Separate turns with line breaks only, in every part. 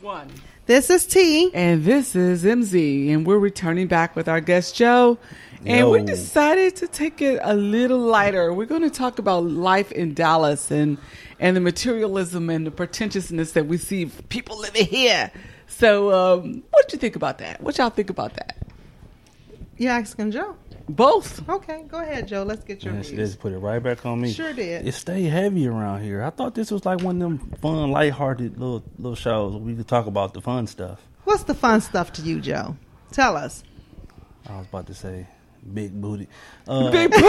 One.
This is T.
And this is MZ, and we're returning back with our guest Joe. And
Yo.
we decided to take it a little lighter. We're going to talk about life in Dallas and and the materialism and the pretentiousness that we see people living here. So, um, what do you think about that? What y'all think about that?
You asking Joe?
Both.
Okay, go ahead, Joe. Let's get your
Yes,
views.
just put it right back on me.
Sure did.
It stay heavy around here. I thought this was like one of them fun, lighthearted little little shows. We could talk about the fun stuff.
What's the fun stuff to you, Joe? Tell us.
I was about to say big booty. Uh,
Big
So you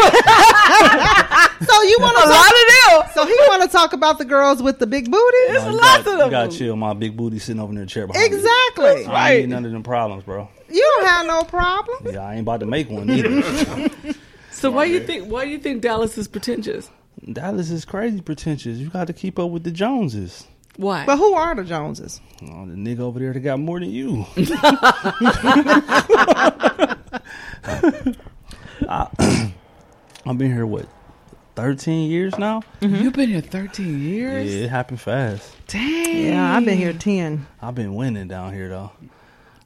want to a lot of them. So he want to talk about the girls with the big booties.
no, you
lots of
got, you
them.
got chill. My big booty sitting over in the chair behind me.
Exactly.
I ain't
Right.
need none of them problems, bro.
You don't have no problem.
Yeah, I ain't about to make one either.
So, why you think why you think Dallas is pretentious?
Dallas is crazy pretentious. You got to keep up with the Joneses.
Why?
But who are the Joneses?
Oh, the nigga over there that got more than you.
Uh,
I, I've been here what, thirteen years now?
You've been here 13 years.
Yeah, it happened fast.
Dang.
Yeah, I've been here ten.
I've been winning down here though.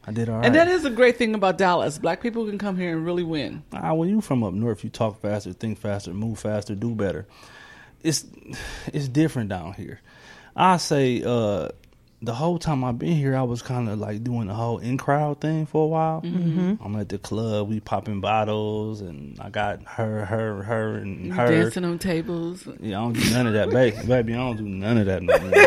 I did all right.
And that is a great thing about Dallas. Black people can come here and really win.
ah, when you from up north, you talk faster, think faster, move faster, do better. It's it's different down here. I say uh, the whole time I've been here, I was kind of like doing the whole in crowd thing for a while. I'm at the club, we popping bottles, and I got her, her, her, and her.
Dancing on tables.
Yeah, I don't do none of that, baby. baby, I don't do none of that no more.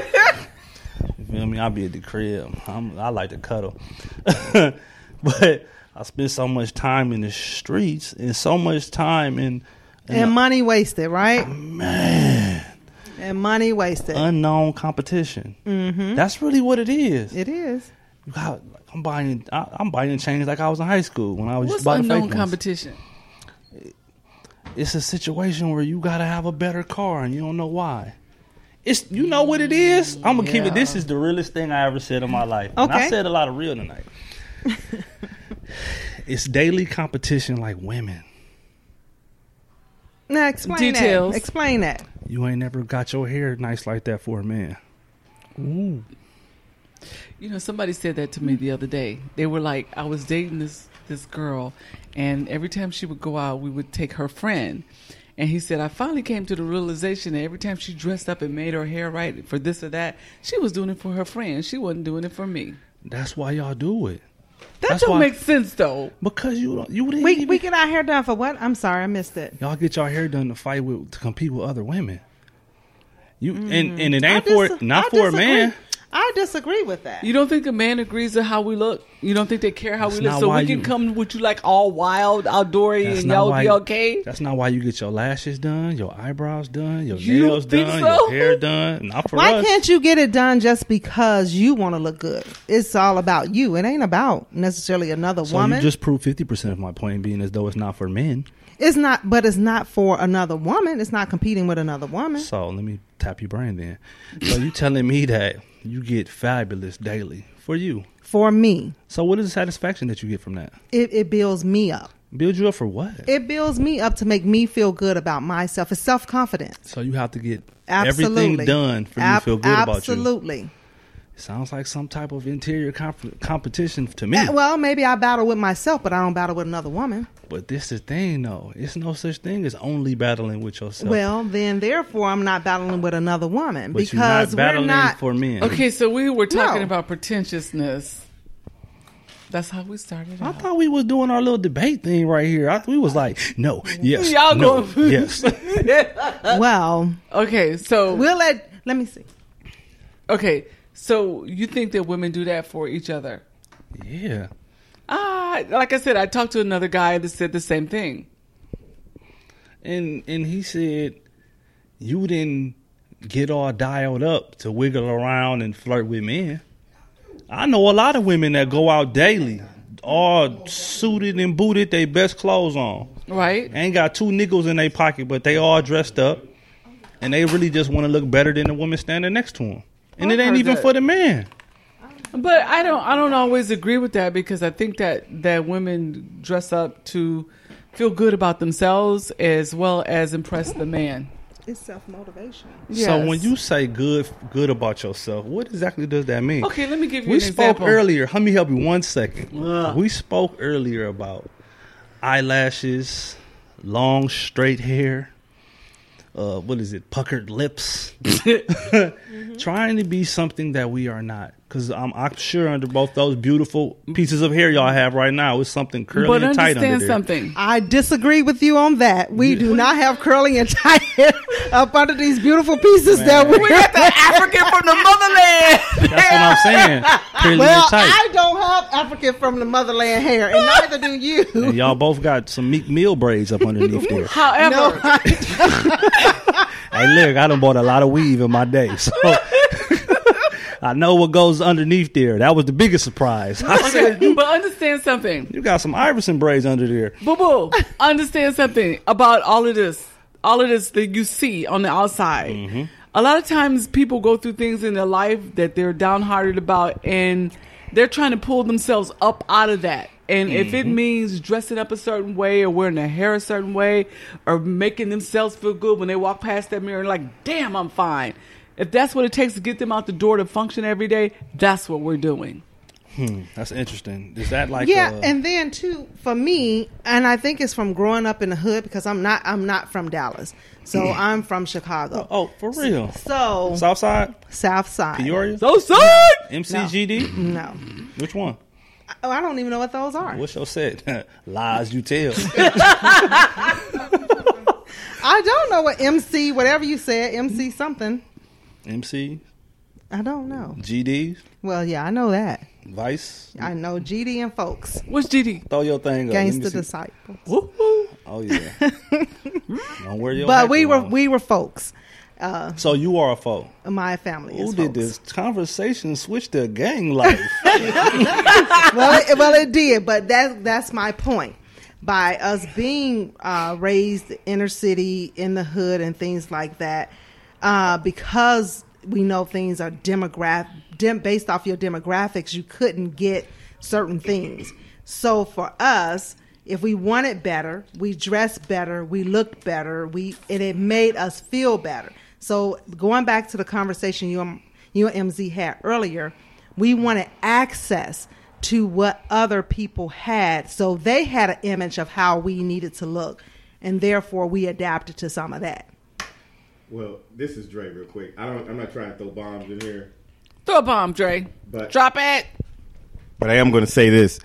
you feel me? I be at the crib. I'm, I like to cuddle, but I spend so much time in the streets and so much time in, in
And money wasted, right? Man. And money wasted.
unknown competition. Mm-hmm. That's really what it is.
it is.
You got- I'm buying. I, I'm buying chains like I was in high school when I was
What's
just buying
unknown
fake ones.
competition?
it's a situation where you gotta have a better car and you don't know why. It's you know what it is. I'm gonna keep it. This is the realest thing I ever said in my life. And
Okay.
I said a lot of real tonight. it's daily competition like women.
Now explain
Details.
that. Explain that.
You ain't never got your hair nice like that for a man.
You know, somebody said that to me the other day. They were like, I was dating this this girl, and every time she would go out, we would take her friend. And he said, I finally came to the realization that every time she dressed up and made her hair right for this or that, she was doing it for her friend. She wasn't doing it for me.
That's why y'all do it.
That
That's
don't
why-
make sense, though.
Because you don't you didn't
We
even-
we get our hair done for what? I'm sorry, I missed it.
y'all get your hair done to fight with to compete with other women. You and, and it
Mm. I
ain't for
dis-
not
I
for a
disagree.
man.
I disagree with that.
You don't think a man agrees to how we look? You don't think they care how we
That's
look?
not
So
why
we can
you-
come with you like all wild, outdoorsy,
That's
and
not
y'all
why
be
you-
okay?
That's not why you get your lashes done, your eyebrows done, your
You
nails
think
done,
so?
your hair done. Not for
Why
us.
can't you get it done just because you want to look good? It's all about you. It ain't about necessarily another
so
woman.
you just proved fifty percent of my point, being as though it's not for men.
it's not, but it's not for another woman. It's not competing with another woman.
So let me tap your brain then. So you telling me that you get fabulous daily for you.
For me,
So what is the satisfaction that you get from that?
it, it builds me up.
Build you up for what?
It builds me up to make me feel good about myself. It's self confidence.
so you have to get
Absolutely.
everything done for you to
Ab-
feel good about you.
Absolutely.
Sounds like some type of interior comp- competition to me.
Eh, Well, maybe I battle with myself, but I don't battle with another woman.
but this the thing though. It's no such thing as only battling with yourself.
Well, then therefore I'm not battling with another woman
But you're
because
not battling
we're not
for men.
Okay, so we were talking
No.
about pretentiousness. That's how we started.
I
Out.
thought we was doing our little debate thing right here. I we was like, no, yes,
Y'all
no,
going-
yes.
well.
Okay, so
We'll let let me see.
okay, so you think that women do that for each other?
yeah,
Ah, like I said, I talked to another guy that said the same thing.
and and he said, you didn't get all dialed up to wiggle around and flirt with men. I know a lot of women that go out daily, all suited and booted, they best clothes on.
Right?
Ain't got two nickels in their pocket, but they all dressed up, and they really just want to look better than the woman standing next to them. And
I've
it ain't
heard
even
that.
for the man.
But I don't I don't always agree with that because I think that that women dress up to feel good about themselves as well as impress the man.
It's self motivation.
Yes.
So when you say good good about yourself, what exactly does that mean?
Okay, let me give you
we
an
spoke
example.
earlier. Let me help you one second.
Ugh.
We spoke earlier about eyelashes, long straight hair. Uh, what is it? Puckered lips.
Mm-hmm.
Trying to be something that we are not, because I'm, I'm sure under both those beautiful pieces of hair y'all have right now, it's something curly
But
and tight under
understand
there.
something.
I disagree with you on that. We do not have curling and tight hair up under these beautiful pieces that we're.
African from the motherland.
That's what I'm saying. Curly
well,
and tight.
I don't have African from the motherland hair, and neither do you.
And y'all both got some Meek Mill braids up underneath there.
However,
No, I-
Hey, look, I done bought a lot of weave in my day, so I know what goes underneath there. That was the biggest surprise. I said,
okay, but understand something.
"You got some Iverson braids under there."
Boo boo. Understand something about all of this. All of this that you see on the outside. A lot of times people go through things in their life that they're downhearted about and they're trying to pull themselves up out of that. And if it means dressing up a certain way or wearing their hair a certain way or making themselves feel good when they walk past that mirror and like, damn, I'm fine. If that's what it takes to get them out the door to function every day, that's what we're doing.
Hmm, That's interesting. Is that like
yeah,
uh,
and then too for me, and I think it's from growing up in the hood because I'm not I'm not from Dallas, so I'm from Chicago.
oh for real?
Mm. So
Southside
South Side,
Peoria
So soon!
MCGD.
no,
Hmm, Which one?
oh, I don't even know what those are.
What's your set? Lies you tell.
I don't know what MC, whatever you said, MC something.
MCGD
I don't know. Well, yeah, I know that.
Vice.
I know GD and folks,
What's GD?
Throw your thing up. Let me
gangster
see.
disciple.
Woo-hoo.
Oh yeah. Don't wear your
But
hat
we
too
were
long.
we were folks. Uh,
So you are a foe.
my family is
Who did
folks.
this conversation switch to gang life?
well, it, well, it did, but that that's my point. By us being uh, raised inner city in the hood and things like that, uh, because we know things are demograph dem- based off your demographics, you couldn't get certain things. So for us, if we wanted better, we dressed better, we looked better, we and it made us feel better. So going back to the conversation you and- you and MZ had earlier, we wanted access to what other people had. So they had an image of how we needed to look, and therefore we adapted to some of that.
Well, this is Dre real quick. I don't I'm not trying to throw bombs in here.
Throw a bomb, Dre.
But-
Drop it.
But I am gonna say this.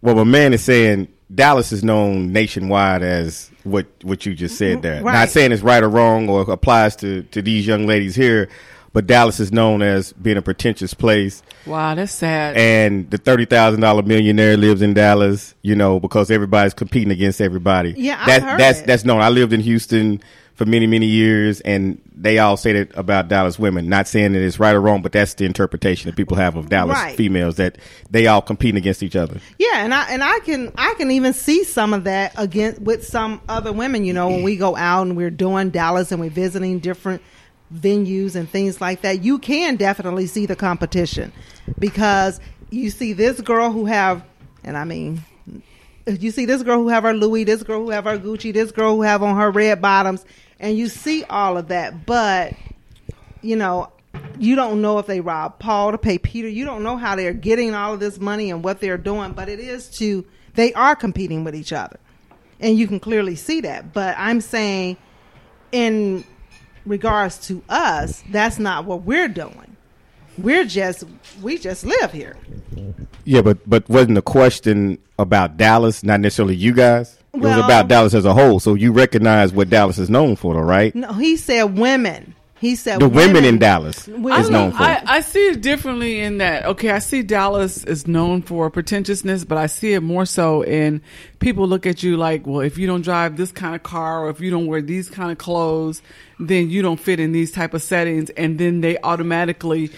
What my man is saying, Dallas is known nationwide as what what you just said there.
Right.
Not saying it's right or wrong or applies to, to these young ladies here, but Dallas is known as being a pretentious place.
Wow, that's sad.
and the thirty thousand dollar millionaire lives in Dallas, you know, because everybody's competing against everybody.
Yeah, I've
That-
heard
that's
it.
that's known. I lived in Houston for many many years, and they all say that about Dallas women. Not saying that it's right or wrong, but that's the interpretation that people have of Dallas
Right.
females that they all competing against each other.
Yeah, and I and I can I can even see some of that against with some other women. You know, when we go out and we're doing Dallas and we're visiting different venues and things like that, you can definitely see the competition because you see this girl who have, and I mean, you see this girl who have her Louis, this girl who have her Gucci, this girl who have on her red bottoms, and you see all of that, but you know, you don't know if they robbed Paul to pay Peter. You don't know how they're getting all of this money and what they're doing, but it is to, they are competing with each other. And you can clearly see that. But I'm saying, in regards to us, that's not what we're doing. We're just, we just live here.
Yeah, but but wasn't the question about Dallas, not necessarily you guys? it
Well-
was about Dallas as a whole. So you recognize what Dallas is known for, though, right?
No, he said women. He said
The women, in Dallas
I
is
don't-
known for.
I, I see it differently in that. Okay, I see Dallas is known for pretentiousness, but I see it more so in people look at you like, well, if you don't drive this kind of car or if you don't wear these kind of clothes, then you don't fit in these type of settings, and then they automatically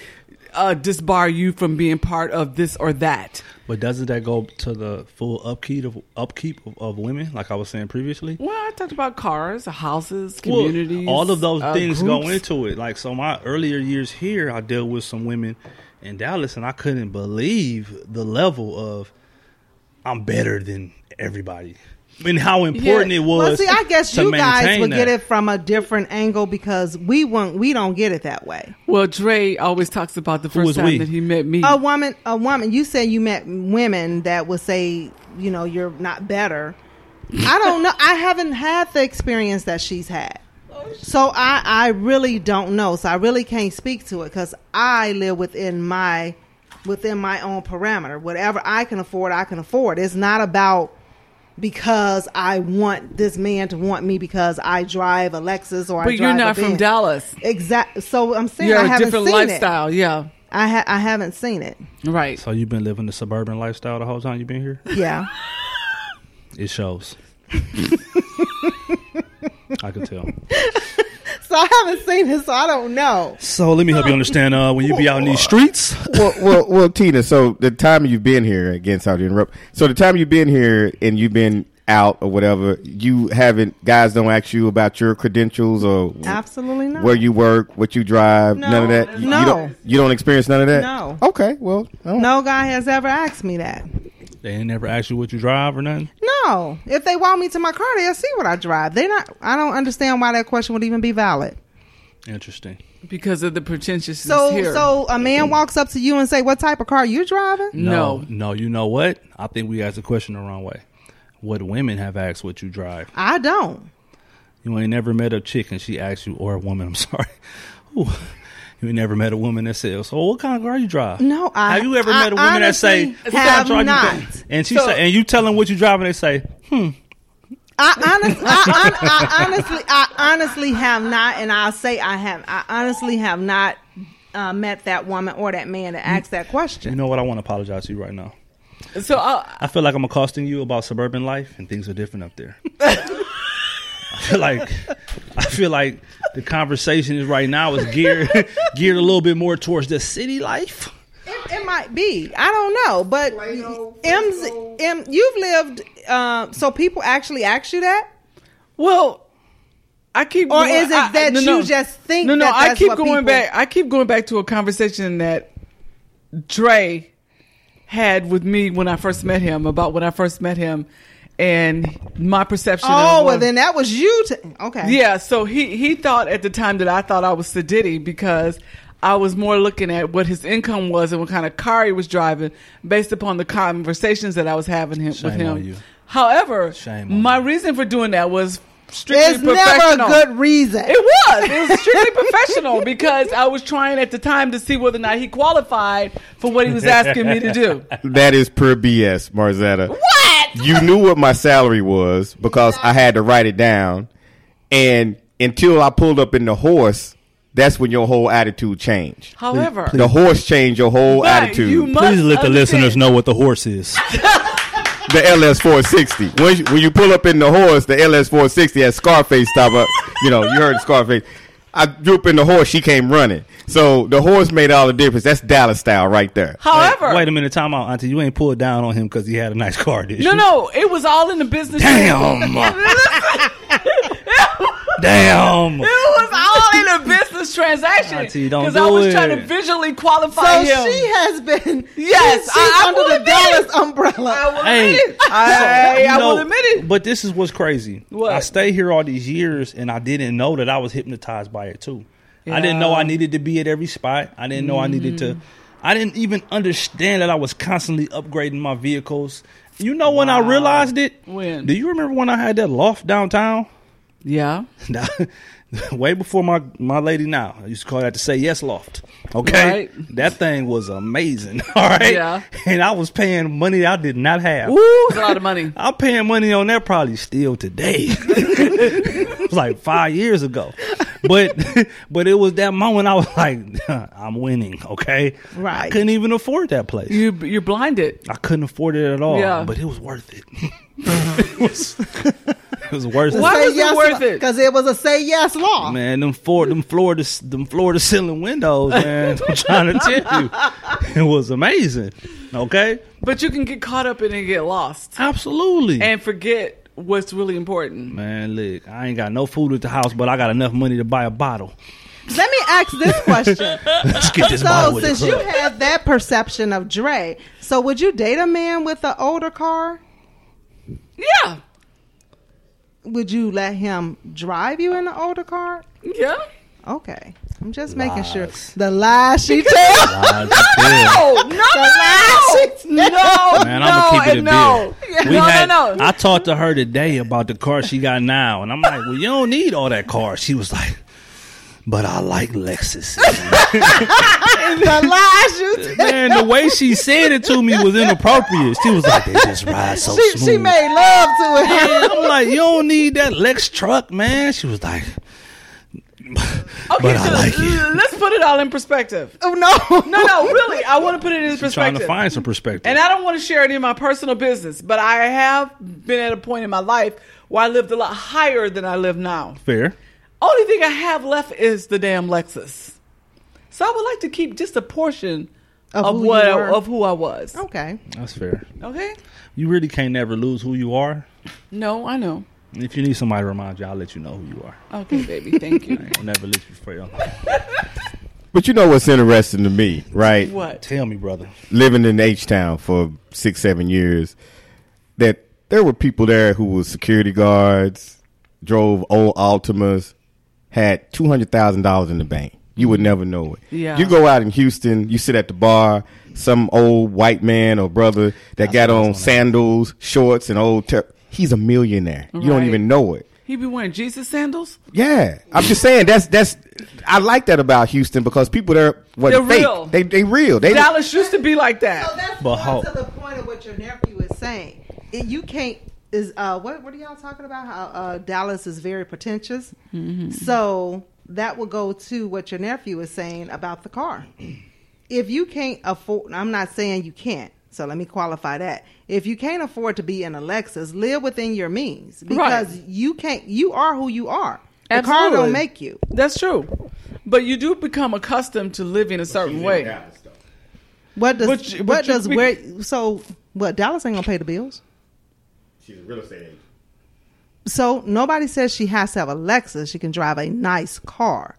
uh, disbar you from being part of this or that.
But doesn't that go to the full upkeep of upkeep of, of women? Like I was saying previously.
Well, I talked about cars, houses,
Well,
communities.
all of those
uh,
things go
groups.
into it. Like so, my earlier years here, I dealt with some women in Dallas, and I couldn't believe the level of I'm better than everybody, and how important
Yeah.
it was.
Well, see, I guess
to
you guys
maintain
would get
that.
it from a different angle because we won't. We don't get it that way.
Well, Dre always talks about the
was
first time
we?
that he met me.
A woman, a woman. You said you met women that would say, you know, you're not better. I don't know. I haven't had the experience that she's had, so I, I really don't know. So I really can't speak to it because I live within my, within my own parameter. Whatever I can afford, I can afford. It's not about because I want this man to want me because I drive a Lexus or I
but
drive
you're
a
not from
Benz.
Dallas.
Exactly. So I'm saying
You're
I
a
haven't
different
seen it.
lifestyle. Yeah,
I ha- I haven't seen it.
right.
So you've been living the suburban lifestyle the whole time you've been here.
Yeah.
It shows. I can tell.
so I haven't seen it, so I don't know.
So let me help you understand. Uh, when you be out in these streets,
well, well, well, Tina. So the time you've been here, again, sorry to interrupt. So the time you've been here and you've been out or whatever, you haven't. Guys don't ask you about your credentials or
Absolutely not.
where you work, what you drive,
No,
none of that. You,
no.
you don't, you don't experience none of that.
No.
Okay. Well, I don't-
no guy has ever asked me that.
they ain't never ask you what you drive or nothing.
No. If they want me to my car, they'll see what I drive. They not. I don't understand why that question would even be valid.
Interesting.
Because of the pretentiousness
So
here.
so a man walks up to you and say, "What type of car you driving?"
no.
no, You know what? I think we asked the question the wrong way. What women have asked what you drive?
I don't.
You ain't never met a chick and she asked you, or a woman. I'm sorry. Ooh. You ain't never met a woman that says, "So what kind of car you drive?"
No, I-
have you ever
I
met a woman that say,
honestly
"What kind
have
of car you
not.
drive?" And she
So-
say, and you tell them what you drive, and they say,
I, honest, I, I, I honestly, I honestly have not, and I'll say I have. I honestly have not uh, met that woman or that man that asked that question.
"You know what? I want to apologize to you right now.
So uh, I,
I feel like I'm accosting you about suburban life, and things are different up there." I feel like I feel like the conversation is right now is geared geared a little bit more towards the city life.
It, it might be. I don't know, but M's, M, you've lived. Uh, so people actually ask you that,
well, I keep.
or
going-
is it
I- I-
that
no,
you
no.
just think?
No, no.
that
I
that's
keep
what
going
people-
back. I keep going back to a conversation that Dre had with me when I first met him about when I first met him and my perception.
Oh,
of
well,
what-
then that was you. T- okay.
Yeah, so he he thought at the time that I thought I was Sediddy because I was more looking at what his income was and what kind of car he was driving based upon the conversations that I was having him, with
Shame
him.
on you.
However,
Shame on
my
you.
reason for doing that was strictly
It's never
professional.
a good reason.
It was. It was strictly professional because I was trying at the time to see whether or not he qualified for what he was asking me to do.
that is pure BS, Marzetta. What? You knew what my salary was because I had to write it down, and until I pulled up in the horse, that's when your whole attitude changed.
However,
The horse changed your whole
but
attitude.
you must
Please let the
understand-
listeners know what the horse is.
the LS four sixty. When you, when you pull up in the horse, the LS four sixty had Scarface stop up. You know, you heard Scarface. I drew up in the horse. She came running. So the horse made all the difference. That's Dallas style right there.
However,
Wait a minute, time out, Auntie. You ain't pulled down on him because he had a nice car, did you?
no, no, it was all in the business.
Damn. Damn.
It was all in a business transaction
Auntie, don't
I
do
was
it.
trying to visually
So
qualify him.
she has been.
Yes,
she's
I- I will
under the
admit it.
Dallas umbrella.
I will
Hey,
admit it. I,
You
I
know,
will admit it.
But this is what's crazy.
What?
I stay here all these years and I didn't know that I was hypnotized by it too. I didn't know I needed to be at every spot. I didn't know I needed to
Mm-hmm.
I didn't even understand that I was constantly upgrading my vehicles. You know when I realized it?
When?
Do you remember when I had that loft downtown?
Yeah.
Now, way before my my lady now, I used to call that the say yes loft. Okay,
Right.
that thing was amazing. All right,
Yeah.
and I was paying money I did not have.
Woo, it's a lot of money.
I'm paying money on that probably still today. it was like five years ago, but but it was that moment I was like, I'm winning. Okay, I
Right.
couldn't even afford that place.
You you're blinded.
I couldn't afford it at all,
Yeah.
but it was worth it. it was, it was worse.
Why was it worth it?
Because it was a say yes law.
Man, them floor, them floor to them floor to ceiling windows, man. I'm trying to tell you, it was amazing. Okay,
But you can get caught up in it and get lost
absolutely.
and forget what's really important.
man, look, I ain't got no food at the house, but I got enough money to buy a bottle.
Let me ask this question.
Let's get this bottle
so,
with
since
the
you
club.
have that perception of Dre, so would you date a man with an older car?
Yeah.
Would you let him drive you in an older car?
Yeah.
Okay. I'm just making sure.
Lies.
The lies she tells.
Lies you tell.
Oh, no,
The lies she
no, no,
Man, I'm gonna keep it a
and no.
bill.
no, no, no.
I talked to her today about the car she got now, and I'm like, "Well, you don't need all that car." She was like, "But I like Lexus."
The lies you tell.
Man, the way she said it to me was inappropriate. She was like, "They just ride so
She,
smooth."
she made love to it.
And I'm like, "You don't need that Lex truck, man." She was like,
okay,
I
so
like it.
l- let's put it all in perspective.
Oh, no.
No, no, really. I want to put it in perspective.
"Trying to find some perspective."
And I don't want to share any of my personal business, but I have been at a point in my life where I lived a lot higher than I live now.
Fair.
Only thing I have left is the damn Lexus. So I would like to keep just a portion
Of
of,
who you
what
were. Oh.
of who I was.
Okay.
That's fair.
Okay?
You really can't ever lose who you are.
No, I know.
And If you need somebody to remind you, I'll let you know who you are.
Okay, baby. Thank you.
I'll never let you fail.
But you know what's interesting to me, right?
What?
Tell me, brother.
living in H Town for six, seven years, that there were people there who were security guards, drove old Altimas, had two hundred thousand dollars in the bank. You would never know it.
Yeah.
You go out in Houston, you sit at the bar, some old white man or brother that got on sandals, shorts, and old. Ter- he's a millionaire. You don't
Right.
even know it.
He be wearing Jesus sandals?
Yeah, I'm just saying that's that's. I like that about Houston because people there wasn't
They're
fake.
real.
They they real. They
Dallas used to be like
So
that.
that's
But
more
how-
to the point of what your nephew is saying. It, you can't is uh what what are y'all talking about? How uh, Dallas is very pretentious. So that will go to what your nephew is saying about the car. If you can't afford, I'm not saying you can't. So let me qualify that. If you can't afford to be in a Lexus, live within your means because you can't. You are who you are. The car
Absolutely.
don't make you.
That's true. But you do become accustomed to living a certain way.
What does
But you- but
what
you
does
be-
where? So what? Dallas ain't gonna pay the bills.
She's a real estate agent.
So nobody says she has to have a Lexus. She can drive a nice car.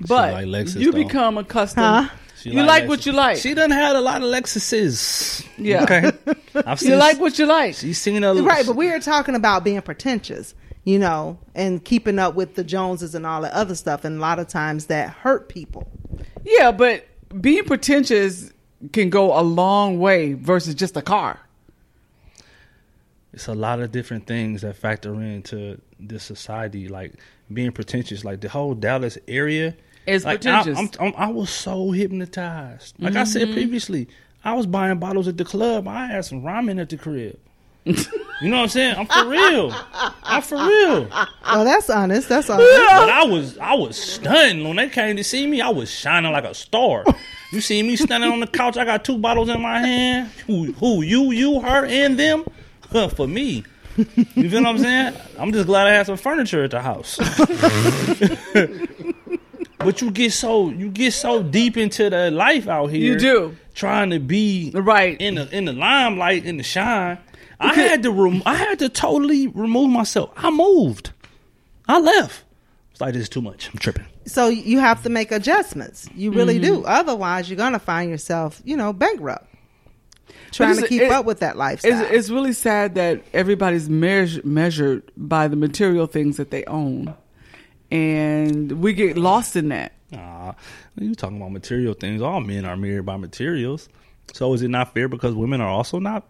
But
like Lexus,
you
though.
become accustomed.
Huh?
She
you like
Lexus.
what you like.
She done had a lot of Lexuses.
Yeah.
Okay. I've seen
you like what you like.
she's seen a
Right, but we are talking about being pretentious, you know, and keeping up with the Joneses and all that other stuff. And a lot of times that hurt people.
Yeah, but being pretentious can go a long way versus just a car.
it's a lot of different things that factor into this society, like being pretentious, like the whole Dallas area.
It's
like,
pretentious. Mm-hmm.
I, I'm, I'm- i was so hypnotized. Like I said previously, I was buying bottles at the club. I had some ramen at the crib. you know what I'm saying? I'm for real. I'm for real.
Ah.
Well, that's honest. That's honest.
But I was I was stunned when they came to see me. I was shining like a star. You see me standing on the couch. I got two bottles in my hand. Who, who you, you, her, and them? Huh, for me. You feel what I'm saying? I'm just glad I had some furniture at the house. but you get so you get so deep into the life out here.
You do.
trying to be
Right.
in the in the limelight in the shine. I had to rem- I had to totally remove myself. I moved. I left. It's like this is too much. I'm tripping.
So you have to make adjustments. You really
Mm-hmm.
do. Otherwise, you're going to find yourself, you know, bankrupt trying to
it's-
keep
it-
up with that lifestyle.
It's, it's really sad that everybody's meas measured by the material things that they own. And we get lost in that.
Nah, you talking about material things. All men are measured by materials. So is it not fair because women are also not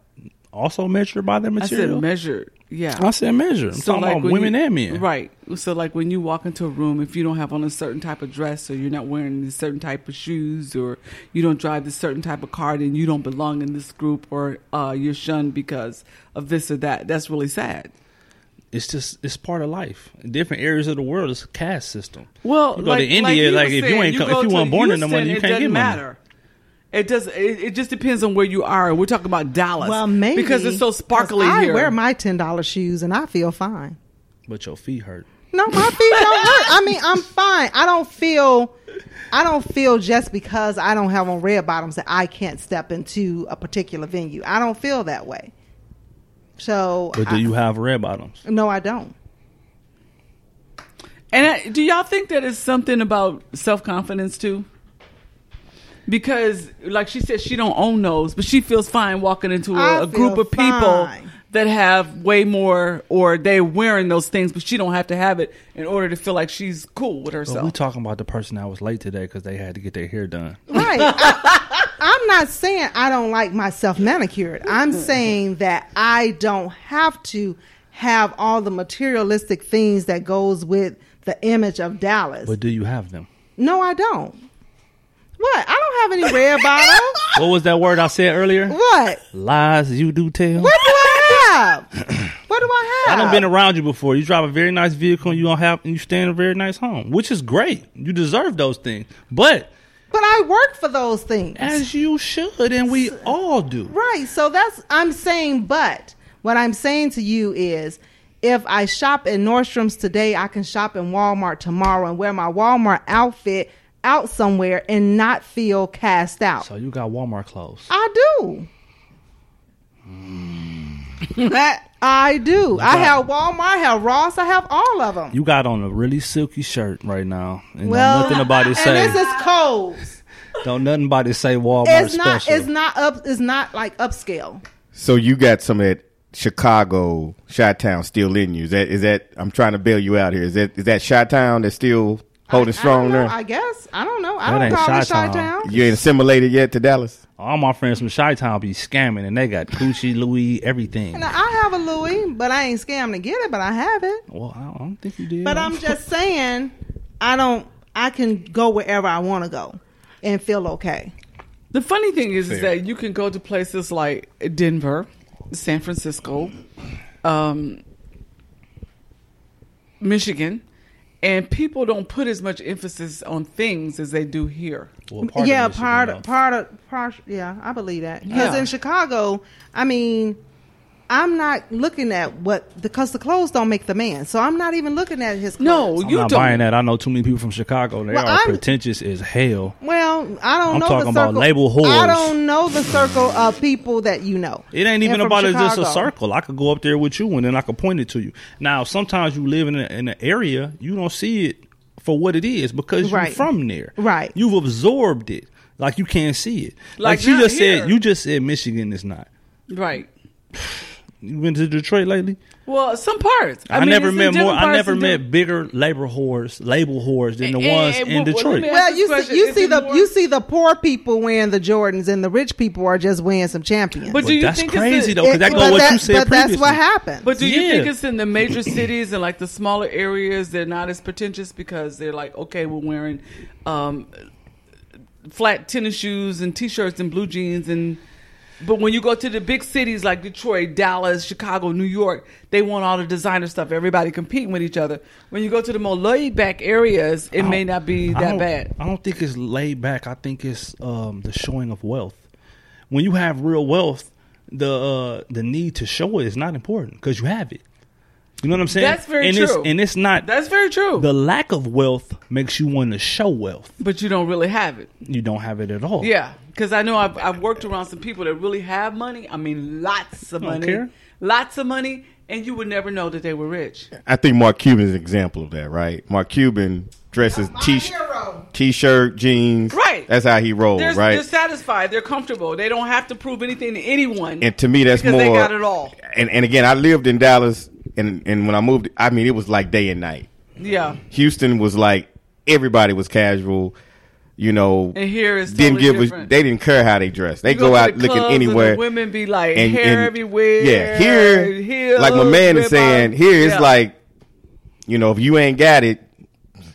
also measured by their
I
material?
said measured. Yeah.
I said measure. I'm talking about
when
women
you-
and men.
Right. So like when you walk into a room, if you don't have on a certain type of dress or you're not wearing a certain type of shoes or you don't drive this certain type of car, then you don't belong in this group or uh, you're shunned because of this or that. That's really sad.
It's just it's part of life. In different areas of the world, it's a caste system.
Well,
you go
like, like
to
he
India, like,
was
if
saying,
you ain't co-
go
if you
to
weren't born in the
Houston,
money, you
it
can't
doesn't
get money.
matter. It does. It, it just depends on where you are, and we're talking about Dallas.
Well, maybe
because it's so
'cause
sparkly
I
here.
wear my ten dollars shoes and I feel fine.
But your feet hurt.
No, my feet don't hurt. I mean, I'm fine. I don't feel, I don't feel just because I don't have on red bottoms that I can't step into a particular venue. I don't feel that way. So,
But do
I-
you have red bottoms?
no, I don't.
And I, do y'all think that is something about self confidence too? Because, like she said, she don't own those, but she feels fine walking into
I
a, a group
feel
of people
fine.
that have way more, or they're wearing those things, but she don't have to have it in order to feel like she's cool with
So
herself.
we talking about the person that was late today because they had to get their hair done.
Right. I, I'm not saying I don't like myself manicured. I'm saying that I don't have to have all the materialistic things that goes with the image of Dallas.
But do you have them?
no, I don't. What? I don't have any red bottoms.
What was that word I said earlier?
What?
Lies you do tell.
What do I have? What do I
I
have?
done been around you before. You drive a very nice vehicle and you don't have and you stay in a very nice home, which is great. You deserve those things. But
but I work for those things.
as you should, and we all do.
Right. So that's I'm saying, but what I'm saying to you is if I shop in Nordstrom's today, I can shop in Walmart tomorrow and wear my Walmart outfit out somewhere and not feel cast out.
So you got Walmart clothes.
I do.
Hmm.
I do. I have Walmart, I have Ross, I have all of them.
You got on a really silky shirt right now, and
well,
don't nothing about it say.
and this is Kohl's.
don't nothing about it say Walmart
It's not.
special.
It's not up. It's not like upscale.
So you got some of that Chicago Chi Town still in you. Is that is that I'm trying to bail you out here. Is that is that Chi Town that's still holding
I,
strong
don't know,
there?
I guess. I don't know. I
That
don't
ain't
call it
Chi-Town.
Chi Town.
you ain't assimilated yet to Dallas?
all my friends from Chi Town be scamming, and they got Gucci, Louis, everything.
Now, I have a Louis, but I ain't scammed to get it, but I have it.
well, I don't- I don't think you did.
But I'm just saying, I don't. I can go wherever I want to go and feel okay.
The funny thing is, is that you can go to places like Denver, San Francisco, um, Michigan, and people don't put as much emphasis on things as they do here.
Well,
yeah,
of Michigan,
part,
though.
part of part. Yeah, I believe that because
Yeah.
in Chicago, I mean, I'm not looking at what because the clothes don't make the man, so I'm not even looking at his. Clothes.
No,
I'm
you
not
don't.
buying that. I know too many people from Chicago. and They
Well,
are
I'm-
pretentious as hell.
Well, I don't
I'm
know.
talking
the
about
circle.
label whores.
I don't know the circle of people that you know.
It ain't even
And from
about it's just a
Chicago.
circle. I could go up there with you and then I could point it to you. Now, sometimes you live in, a, in an area, you don't see it for what it is because
Right.
you're from there.
Right.
You've absorbed it. Like you can't see it. Like,
Like
she
not
just
here.
said, you just said Michigan is not.
Right.
You been to Detroit lately?
Well, some parts.
I,
mean,
never
it's in
met more.
different
I
parts
never
and
met
different-
bigger labor whores, label whores than the
Eh, eh,
ones
eh,
in
well, well, let
Detroit.
me ask
Well,
this
you see,
question.
you
Is
see
it
the
more-
you see the poor people wearing the Jordans, and the rich people are just wearing some champions.
But do you
that's
think it's
crazy
the-
though, because
It-
that goes
but
what
that-
you said
But
previously.
that's what happened.
But do you
Yeah.
think it's in the major cities and like the smaller areas they're not as pretentious because they're like, okay, we're wearing um, flat tennis shoes and t-shirts and blue jeans and. But when you go to the big cities like Detroit, Dallas, Chicago, New York, they want all the designer stuff. Everybody competing with each other. When you go to the more laid back areas, it may not be
I
that
don't-
bad.
I don't think it's laid back. I think it's um, the showing of wealth. When you have real wealth, the uh, the need to show it is not important because you have it. You know what I'm saying?
That's very
and It's,
true.
and it's not
That's very true.
the lack of wealth makes you want to show wealth.
but you don't really have it.
You don't have it at all.
Yeah, because I know I've, I've worked around some people that really have money. I mean, lots of
Don't
money,
care.
lots of money, and you would never know that they were rich.
I think Mark Cuban's an example of that, right? Mark Cuban dresses t t-shirt, jeans.
Right.
That's how he rolls,
They're,
Oh, right?
they're satisfied. They're comfortable. They don't have to prove anything to anyone.
and to me that's
because
more
they got it all.
And and again, I lived in Dallas and and when I moved, I mean it was like day and night.
Yeah,
Houston was like everybody was casual, you know.
And here it's
didn't
totally
give a,
different.
they didn't care how they dress. They
You
go,
to
out
the
looking
clubs
anywhere.
And the women be like
and-
hair
and-
everywhere.
Yeah, here,
heels,
like my man is
rip
saying,
off.
here it's
Yeah.
like, you know, if you ain't got it,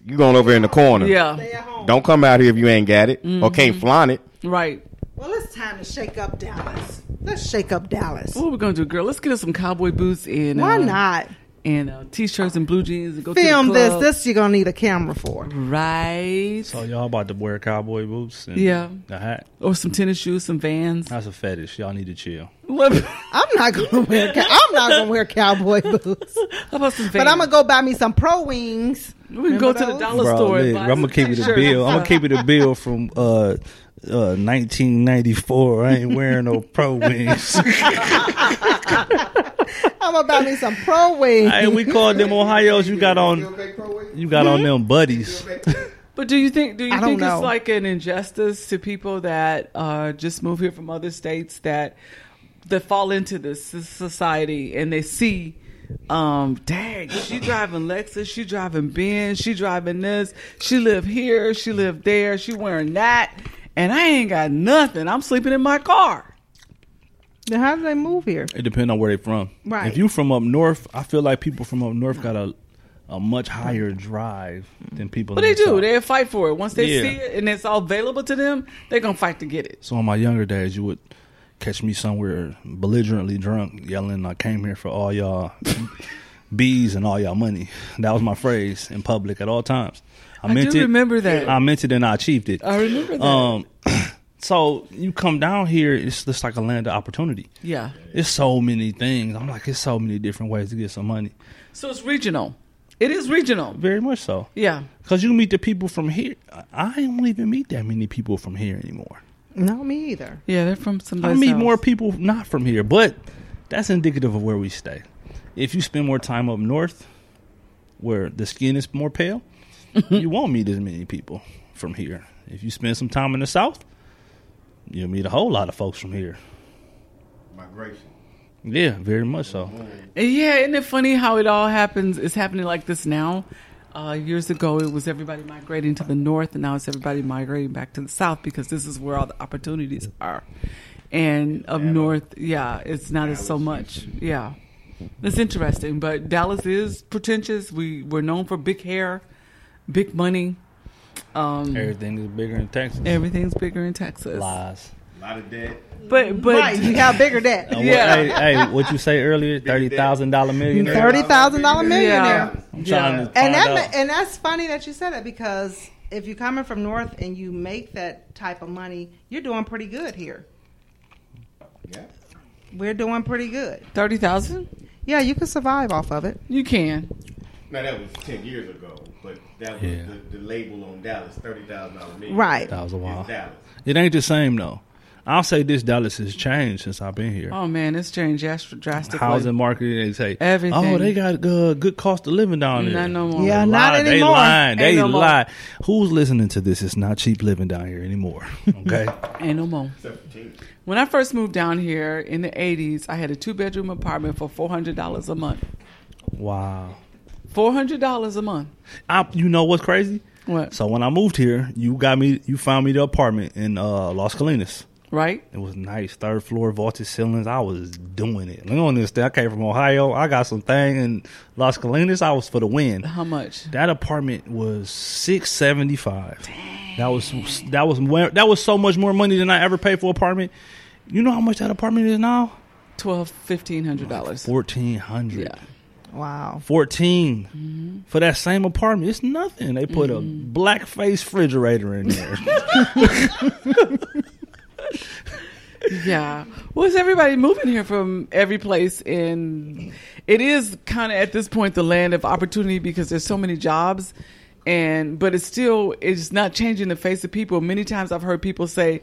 you going over in the corner.
yeah, Mm-hmm.
Don't come out here if you ain't got it or can't flaunt it.
right.
Well, it's time to shake up Dallas. Let's shake up Dallas.
What are we gonna do, girl? Let's get us some cowboy boots and
Why
uh,
not?
and uh, t-shirts and blue jeans and go
Film
to the
this.
club.
This you're gonna need a camera for.
right
So y'all about to wear cowboy boots? And
Yeah.
A hat.
or some tennis shoes, some Vans.
That's a fetish. Y'all need to chill.
What
I'm not gonna wear. Cow- I'm not gonna wear cowboy boots.
how about some Vans?
But I'm gonna go buy me some pro wings.
we can go to the
Remember
dollar store. and buy
I'm gonna
some
keep you the
t-shirts.
bill. I'm gonna keep you the bill from uh, uh, 1994. I ain't wearing no pro wings.
I'm gonna buy me some pro wings.
hey, we called them Ohio's. You got on, you got on them buddies.
But do you think do you
I don't
think
know.
it's like an injustice to people that uh, just move here from other states that that fall into this s- society and they see um dang she driving Lexus she driving Benz she driving this she live here she live there she wearing that and I ain't got nothing I'm sleeping in my car
Then how do they move here?
It depends on where they from.
Right.
If you from up north, I feel like people from up north got a a much higher drive than people.
but
in
they
the
do
South.
they fight for it once they
Yeah.
see it and it's all available to them they gonna fight to get it
So in my younger days, you would catch me somewhere belligerently drunk, yelling, "I came here for all y'all bees and all y'all money." That was my phrase in public at all times.
I do remember that.
I meant it and I achieved it.
I remember that.
Um, so you come down here, it's just like a land of opportunity.
yeah
It's so many things. I'm like, it's so many different ways to get some money.
so it's regional it is regional
Very much so.
yeah
Cause you meet the people from here. I- I don't even meet that many people from here anymore.
No, me either.
Yeah, they're from some.
I meet more people not from here, but that's indicative of where we stay. If you spend more time up north, where the skin is more pale,
Mm-hmm.
you won't meet as many people from here. If you spend some time in the south, you'll meet a whole lot of folks from here.
Migration.
Yeah, very much so.
Yeah, isn't it funny how it all happens? It's happening like this now. Uh, years ago, it was everybody migrating to the north, and now it's everybody migrating back to the south because this is where all the opportunities are. And up north, yeah, it's not as so much. Yeah, it's interesting, but Dallas is pretentious. We we're known for big hair, big money. Um,
Everything is bigger in Texas.
everything's bigger in Texas,
Lies.
A lot of debt.
but but
Right, you got bigger
Uh,
that
what-
Yeah.
hey, hey, what you say earlier? Thirty thousand dollar millionaire.
thirty thousand dollar millionaire.
yeah,
I'm
yeah.
trying to
And
find
that
out.
ma- and that's funny that you said that because if you're coming from north and you make that type of money, you're doing pretty good here.
Yeah.
We're doing pretty good.
thirty thousand.
Yeah, you can survive off of it.
You can.
Now that was ten years ago, but that was
Yeah.
the, the label on Dallas, thirty thousand dollars.
Right.
that was a while.
Dallas.
It ain't the same though. I'll say this: Dallas has changed since I've been here.
Oh man, it's changed drast- drastically.
Housing market, they say
Everything.
Oh, they got uh, good cost of living down there.
Not no more.
Yeah.
They
Not
lie.
anymore.
They lying.
Ain't
They
no more.
lie. Who's listening to this? It's not cheap living down here anymore. Okay,
Ain't no more.
Except for Tina.
When I first moved down here in the '80s, I had a two-bedroom apartment for four hundred dollars a month.
wow.
Four hundred dollars a month.
I, you know what's crazy?
What?
So when I moved here, you got me. You found me the apartment in uh, Los Colinas.
Right?
It was nice. Third floor, vaulted ceilings. I was doing it. Look on this thing. I came from Ohio. I got some thing in Los Colinas. I was for the win.
How much?
That apartment was six seventy five. That was that was more- that was so much more money than I ever paid for apartment. You know how much that apartment is now?
Twelve, fifteen hundred dollars.
Fourteen hundred.
Yeah.
Wow.
14 for that same apartment. It's nothing. They put a black face refrigerator in there.
Yeah. Well, is everybody moving here from every place? And it is kind of at this point the land of opportunity because there's so many jobs. And but it's still it's not changing the face of people. Many times I've heard people say,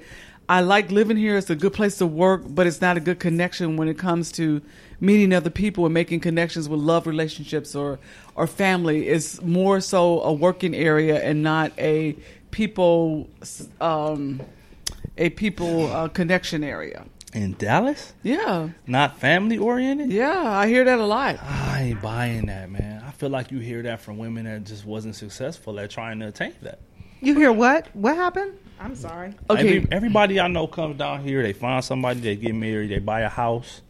"I like living here. It's a good place to work, but it's not a good connection when it comes to meeting other people and making connections with love relationships or or family. It's more so a working area and not a people." Um, a people uh, connection area.
in Dallas?
Yeah,
Not family oriented?
yeah, I hear that a lot.
I ain't buying that, man. I feel like you hear that from women that just wasn't successful at trying to attain that.
You hear what? What happened? I'm sorry.
Okay,
Every, everybody I know comes down here. They find somebody. They get married. They buy a house.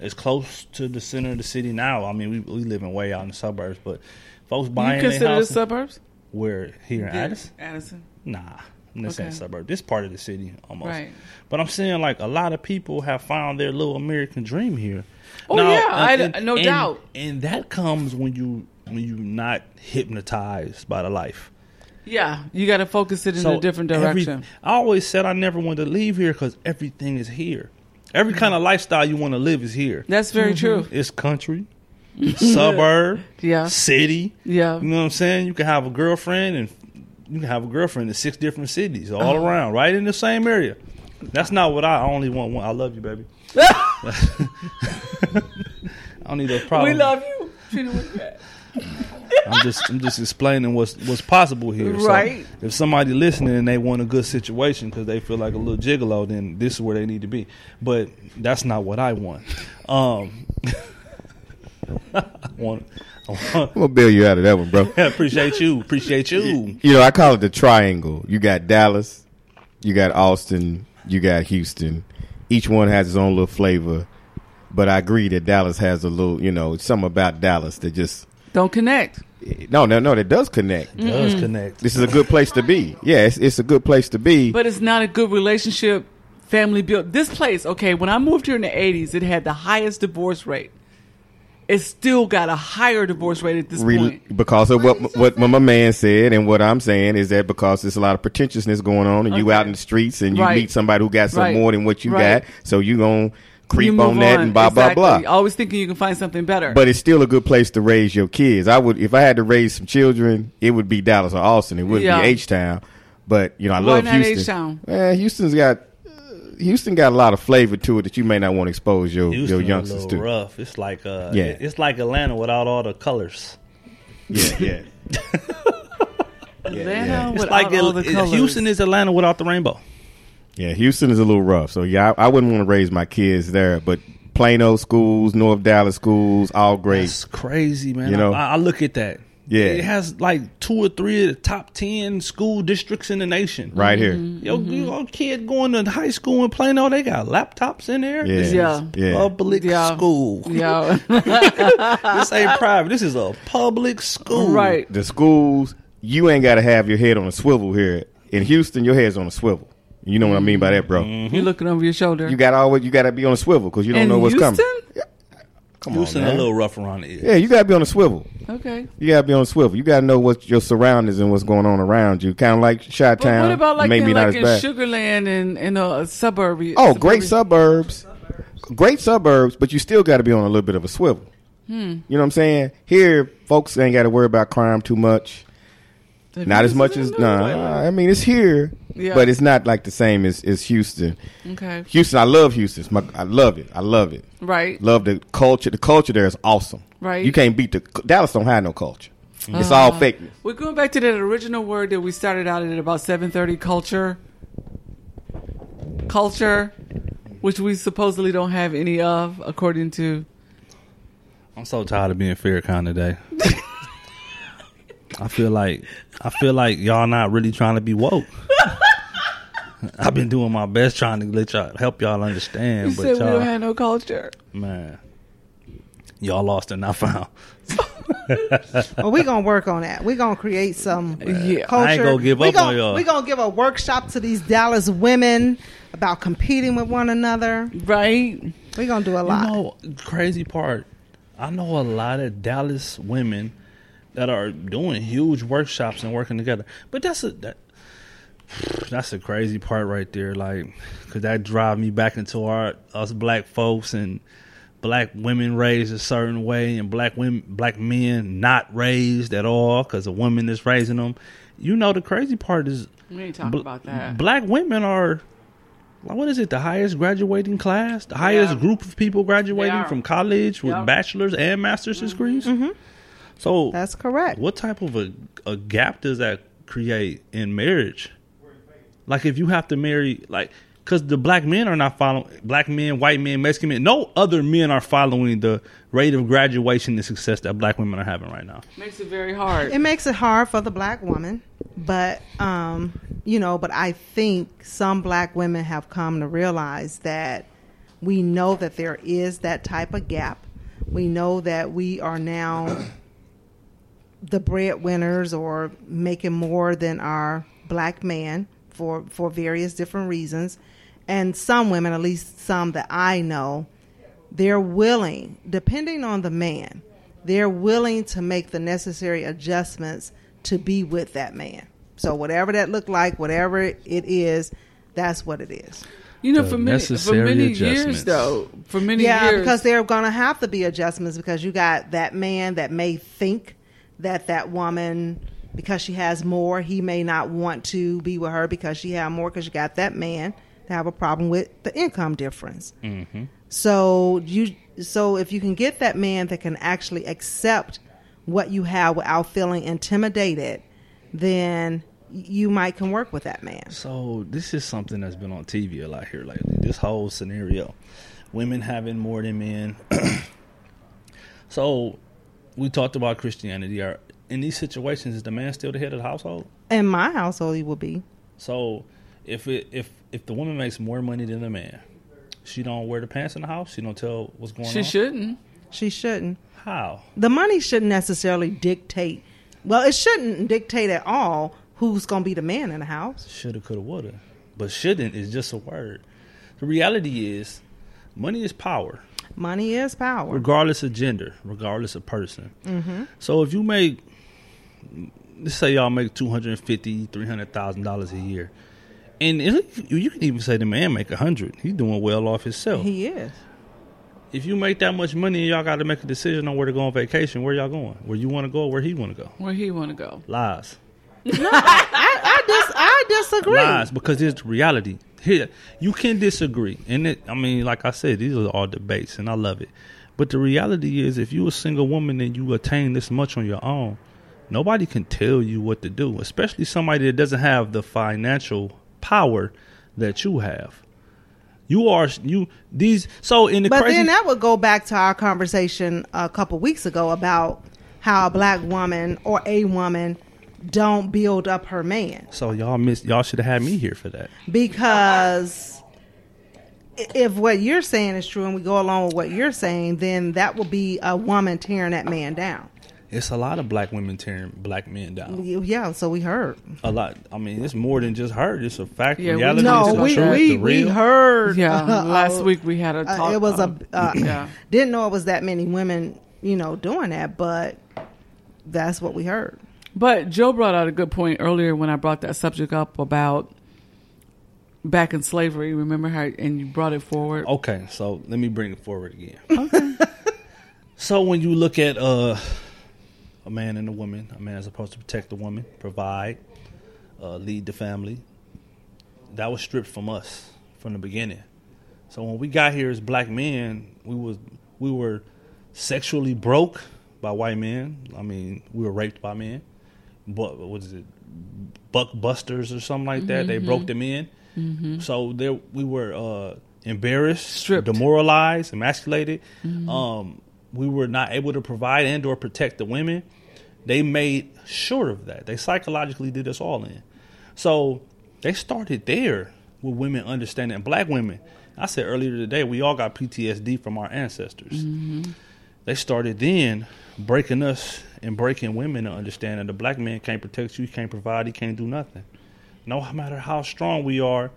It's close to the center of the city now. I mean, we, we live in way out in the suburbs, but folks
you
buying their
consider the
house
suburbs?
where here in Addis?
Addison.
Nah, in the same
Okay.
suburb. This part of the city almost.
Right.
But I'm saying like a lot of people have found their little American dream here.
Oh, yeah, I- no doubt.
And that comes when you when you're not hypnotized by the life.
Yeah, you got to focus it in a different
every-
direction.
I always said I never wanted to leave here because everything is here.
Mm-hmm.
Every kind of lifestyle you want to live is here.
That's very true.
It's country, suburb,
Yeah.
city.
Yeah.
You know what I'm saying? You can have a girlfriend and you can have a girlfriend in six different cities all
Uh-huh.
around, right in the same area. That's not what I I only want one. I love you, baby. I don't need those
we
problems.
love you. Treat it with that.
I'm just I'm just explaining what's what's possible here. So
Right.
if somebody listening and they want a good situation because they feel like a little gigolo, then this is where they need to be. But that's not what I want. Um, I want. I want-
I'm gonna bail you out of that one, bro.
I appreciate you. Appreciate you.
You know, I call it the triangle. You got Dallas, you got Austin, you got Houston. Each one has its own little flavor, but I agree that Dallas has a little, you know, something about Dallas that just
Don't connect.
no, no, no, that does connect.
Mm-hmm.
Does connect.
This is a good place to be. Yeah, it's, it's a good place to be.
But it's not a good relationship, family built. This place, okay, when I moved here in the 80s, it had the highest divorce rate. It still got a higher divorce rate at this
Re-
point.
because of what what my man said and what I'm saying is that because there's a lot of pretentiousness going on and you
Okay.
out in the streets and you
Right.
meet somebody who got some
Right.
more than what you
Right.
got, so you gonna creep
You
on
move
that and blah blah
Exactly.
blah.
Always thinking you can find something better.
But it's still a good place to raise your kids. I would if I had to raise some children, it would be Dallas or Austin. It wouldn't
Yeah.
be H Town. But you know, I
Why
love
not
Houston.
H-Town?
Eh, Houston's got uh, Houston got a lot of flavor to it that you may not want to expose your
Houston
your
a
youngsters
little
to.
rough. It's like uh,
Yeah.
it- it's like Atlanta without all the colors.
Yeah, yeah.
Atlanta
yeah.
It's
without
like
all
it-
the
it-
colors.
Houston is Atlanta without the rainbow.
Yeah, Houston is a little rough. So yeah, I, I wouldn't want to raise my kids there. But Plano schools, North Dallas schools, all great.
It's crazy, man.
You know?
I, I look at that.
Yeah.
it has like two or three of the top ten school districts in the nation.
right here.
Mm-hmm.
Yo, your kid going to high school in Plano, they got laptops in there.
Yeah.
This is
Yeah.
Yeah.
public
Yeah.
school.
Yeah.
This ain't private. This is a public school.
right.
The schools, you ain't got to have your head on a swivel here. In Houston, your head's on a swivel. You know what I mean by that, bro.
You're looking over your shoulder.
You got always you got to be on a swivel because you don't
And
know what's
Houston?
coming. Come
Houston
on, man.
a little rough around the ear.
yeah, you got to be on a swivel.
Okay.
You got to be on a swivel. You got to know what your surroundings and what's going on around you. Kind of like Chi
But
Town,
what about like,
maybe
in,
not
like in
as bad.
Sugarland and in a suburb?
Oh, great suburbs. Great suburbs, but you still got to be on a little bit of a swivel.
Hmm.
You know what I'm saying? Here, folks ain't got to worry about crime too much.
Have
Not
you
as much as
visited
nah.
Atlanta?
I mean, it's here,
Yeah.
but it's not like the same as, as Houston.
Okay.
Houston, I love Houston. It's my, I love it. I love it.
Right.
Love the culture. The culture there is awesome.
Right. Uh-huh.
You can't beat the Dallas. Don't have no culture. It's all fakeness.
We're going back to that original word that we started out at about seven thirty. Culture, culture, which we supposedly don't have any of, according to.
I'm so tired of being Farrakhan today. I feel like I feel like y'all not really trying to be woke. I've been doing my best trying to let y'all help y'all
You
understand, but
said we
y'all
don't have no culture.
man, y'all lost and not found.
Well, we're gonna work on that. We're gonna create some
Yeah.
culture.
I ain't gonna give
we
up
gonna,
on y'all.
We're gonna give a workshop to these Dallas women about competing with one another.
Right.
We're gonna do a
You
lot.
know, crazy part. I know a lot of Dallas women that are doing huge workshops and working together. But that's a that, that's a crazy part right there. Like, cause that drive me back into our us black folks and black women raised a certain way and black women black men not raised at all because a woman is raising them. You know, the crazy part is
We ain't talking
Bl-
about that.
Black women are, like, what is it? The highest graduating class, the highest group of people graduating
are.
from college with
Yep.
bachelor's and master's degrees. So
Mm-hmm. That's correct.
What type of a, a gap does that create in marriage? Like, if you have to marry, like, because the black men are not following black men, white men, Mexican men. No other men are following the rate of graduation and success that black women are having right now.
Makes it very hard.
It makes it hard for the black woman, but um, you know, but I think some black women have come to realize that we know that there is that type of gap. We know that we are now the breadwinners or making more than our black man for for various different reasons, and some women, at least some that I know, they're willing, depending on the man, they're willing to make the necessary adjustments to be with that man. So whatever that looked like, whatever it is, that's what it is.
You know,
The
for many for
necessary
many
adjustments.
years though, for many
yeah,
years,
because they're going to have to be adjustments because you got that man that may think that that woman because she has more, he may not want to be with her because she had more because you got that man to have a problem with the income difference.
Mm-hmm.
So you so if you can get that man that can actually accept what you have without feeling intimidated, then you might can work with that man.
So this is something that's been on TV a lot here lately. This whole scenario, women having more than men. so we talked about Christianity. Are in these situations is the man still the head of the household?
In my household, he would be.
So if it, if if the woman makes more money than the man, she don't wear the pants in the house. She don't tell what's going
she
on.
shouldn't.
She shouldn't.
How?
the money shouldn't necessarily dictate. Well, it shouldn't dictate at all who's going to be the man in the house.
Shoulda, coulda, woulda. But shouldn't is just a word. The reality is, money is power.
Money is power.
regardless of gender, regardless of person. So if you make, let's say y'all make two hundred fifty, three hundred thousand dollars a year, and it, you can even say the man make a hundred, he's doing well off himself.
He is.
if you make that much money, y'all got to make a decision on where to go on vacation. Where y'all going? Where you want to go? Where he want to go?
Where he want to go?
Lies,
I dis- I disagree.
lies, because it's reality. Here, you can disagree, and it, I mean, like I said, these are all debates, and I love it. But the reality is, if you're a single woman and you attain this much on your own, nobody can tell you what to do, especially somebody that doesn't have the financial power that you have. You are you these so in the
But
crazy
then that would go back to our conversation a couple weeks ago about how a black woman or a woman don't build up her man
so y'all miss y'all should have had me here for that.
because i- if what you're saying is true and we go along with what you're saying, then that will be a woman tearing that man down.
It's a lot of black women tearing black men down.
Yeah, so we heard.
A lot. I mean, it's more than just her. It's a fact.
Yeah, we-
reality.
No,
it's
No,
the
we
truth,
we,
the
we
real.
heard.
Yeah,
uh,
last week we had a
uh,
talk.
it was
um,
a uh,
yeah.
didn't know it was that many women, you know, doing that, but that's what we heard.
But Joe brought out a good point earlier when I brought that subject up about back in slavery. Remember how and you brought it forward.
Okay, so let me bring it forward again. so when you look at uh, a man and a woman, a man is supposed to protect the woman, provide, uh, lead the family. That was stripped from us from the beginning. So when we got here as black men, we was we were sexually broke by white men. I mean, we were raped by men. But what is it? Buck busters or something like that. They broke them in. So there we were uh, embarrassed,
Stripped.
demoralized, emasculated. Um, we were not able to provide and or protect the women. They made sure of that. They psychologically did us all in. So they started there with women understanding black women. I said earlier today, we all got PTSD from our ancestors. They started then breaking us and breaking women to understand that the black man can't protect you, he can't provide, he can't do nothing. No matter how strong we are,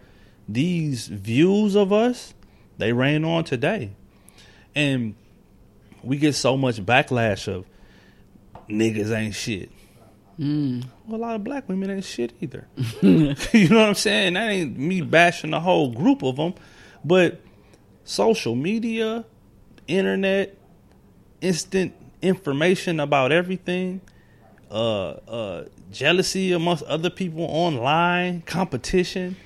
these views of us, they reign on today. And we get so much backlash of niggas ain't shit. Well, a lot of black women ain't shit either. you know what I'm saying? That ain't me bashing the whole group of them, but social media, internet, instant information about everything, uh, uh, jealousy amongst other people online, competition,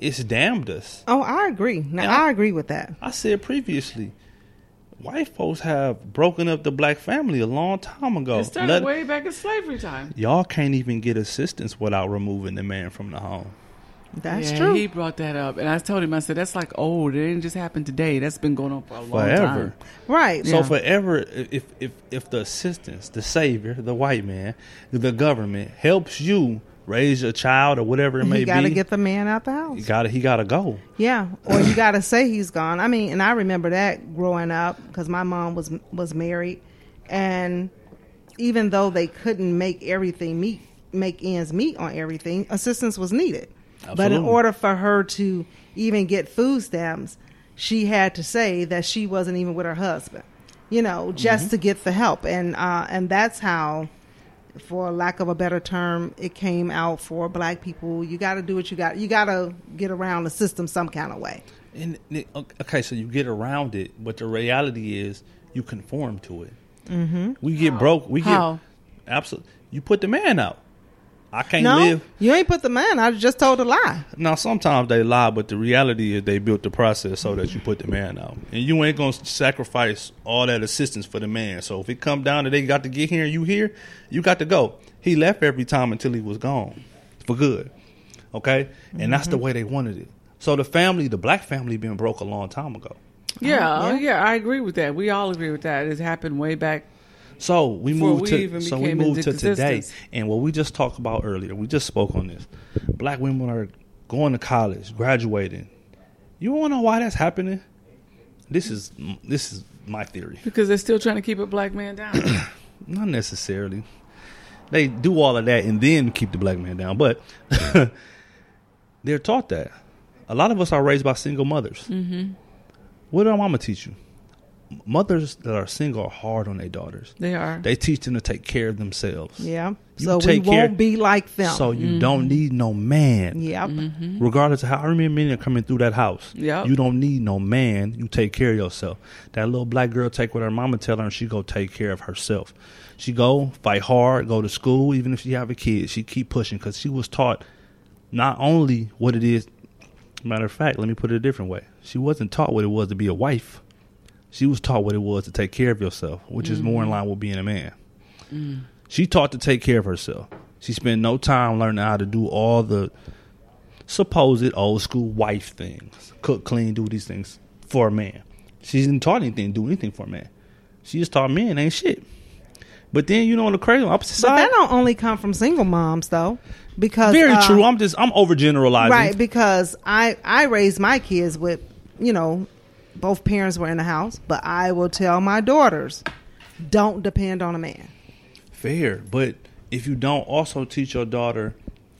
it's damned us.
Oh, I agree.
Yeah.
Now I agree with that.
I said previously, white folks have broken up the black family a long time ago.
It started
Let-
way back in slavery time.
y'all can't even get assistance without removing the man from the home.
That's
yeah,
true.
He brought that up, and I told him, I said, "That's like old. It didn't just happen today. That's been going on for a long
Forever. Oh,
time."
right.
So
Yeah.
forever, if if if the assistance, the savior, the white man, the government helps you raise a child or whatever it may
you got to
be,
get the man out the house.
you gotta he gotta go.
Yeah, or you gotta say he's gone. I mean, and I remember that growing up because my mom was was married, and even though they couldn't make everything meet, make ends meet on everything, assistance was needed. But in
Absolutely.
order for her to even get food stamps, she had to say that she wasn't even with her husband, you know, just to get the help. And uh, and that's how, for lack of a better term, it came out for black people. You got to do what you got. You got to get around the system some kind of way.
And it- okay, so you get around it, but the reality is you conform to it. Mm-hmm. We get broke. We
How?
get absolutely. You put the man out. I can't
no,
live.
you ain't put the man. I just told a lie.
Now sometimes they lie, but the reality is they built the process so that you put the man out, and you ain't gonna sacrifice all that assistance for the man. So if it come down to they got to get here and you here, you got to go. He left every time until he was gone for good. Okay, and that's the way they wanted it. So the family, the black family, been broke a long time ago.
Yeah,
Oh,
oh,
yeah.
yeah. I agree with that. We all agree with that. It happened way back.
So we
Before
moved
we
to
even
so we
became
moved
into
to today,
existence.
and what we just talked about earlier. We just spoke on this. Black women are going to college, graduating. You want to know why that's happening? This is this is my theory.
Because they're still trying to keep a black man down.
Not necessarily. They do all of that and then keep the black man down, but they're taught that. A lot of us are raised by single mothers. Mm-hmm. What did our mama teach you? Mothers that are single are hard on their daughters.
they are.
They teach them to take care of themselves.
Yeah.
You
so we
take care-
won't be like them.
So you don't need no man.
yep.
Regardless of how I remember men coming through that house.
Yep.
You don't need no man. You take care of yourself. That little black girl take what her mama tell her and she go take care of herself. She go fight hard, go to school, even if she have a kid, she keep pushing because she was taught not only what it is matter of fact, let me put it a different way. She wasn't taught what it was to be a wife. She was taught what it was to take care of yourself, which is more in line with being a man. She taught to take care of herself. She spent no time learning how to do all the supposed old school wife things cook, clean, do these things for a man. She didn't taught anything, do anything for a man. She just taught men ain't shit. But then you know on the crazy opposite
But
side.
that don't only come from single moms though, because
very
uh,
true. I'm just I'm overgeneralizing.
right? Because I I raised my kids with you know both parents were in the house, but I will tell my daughters don't depend on a man.
Fair, but if you don't also teach your daughter,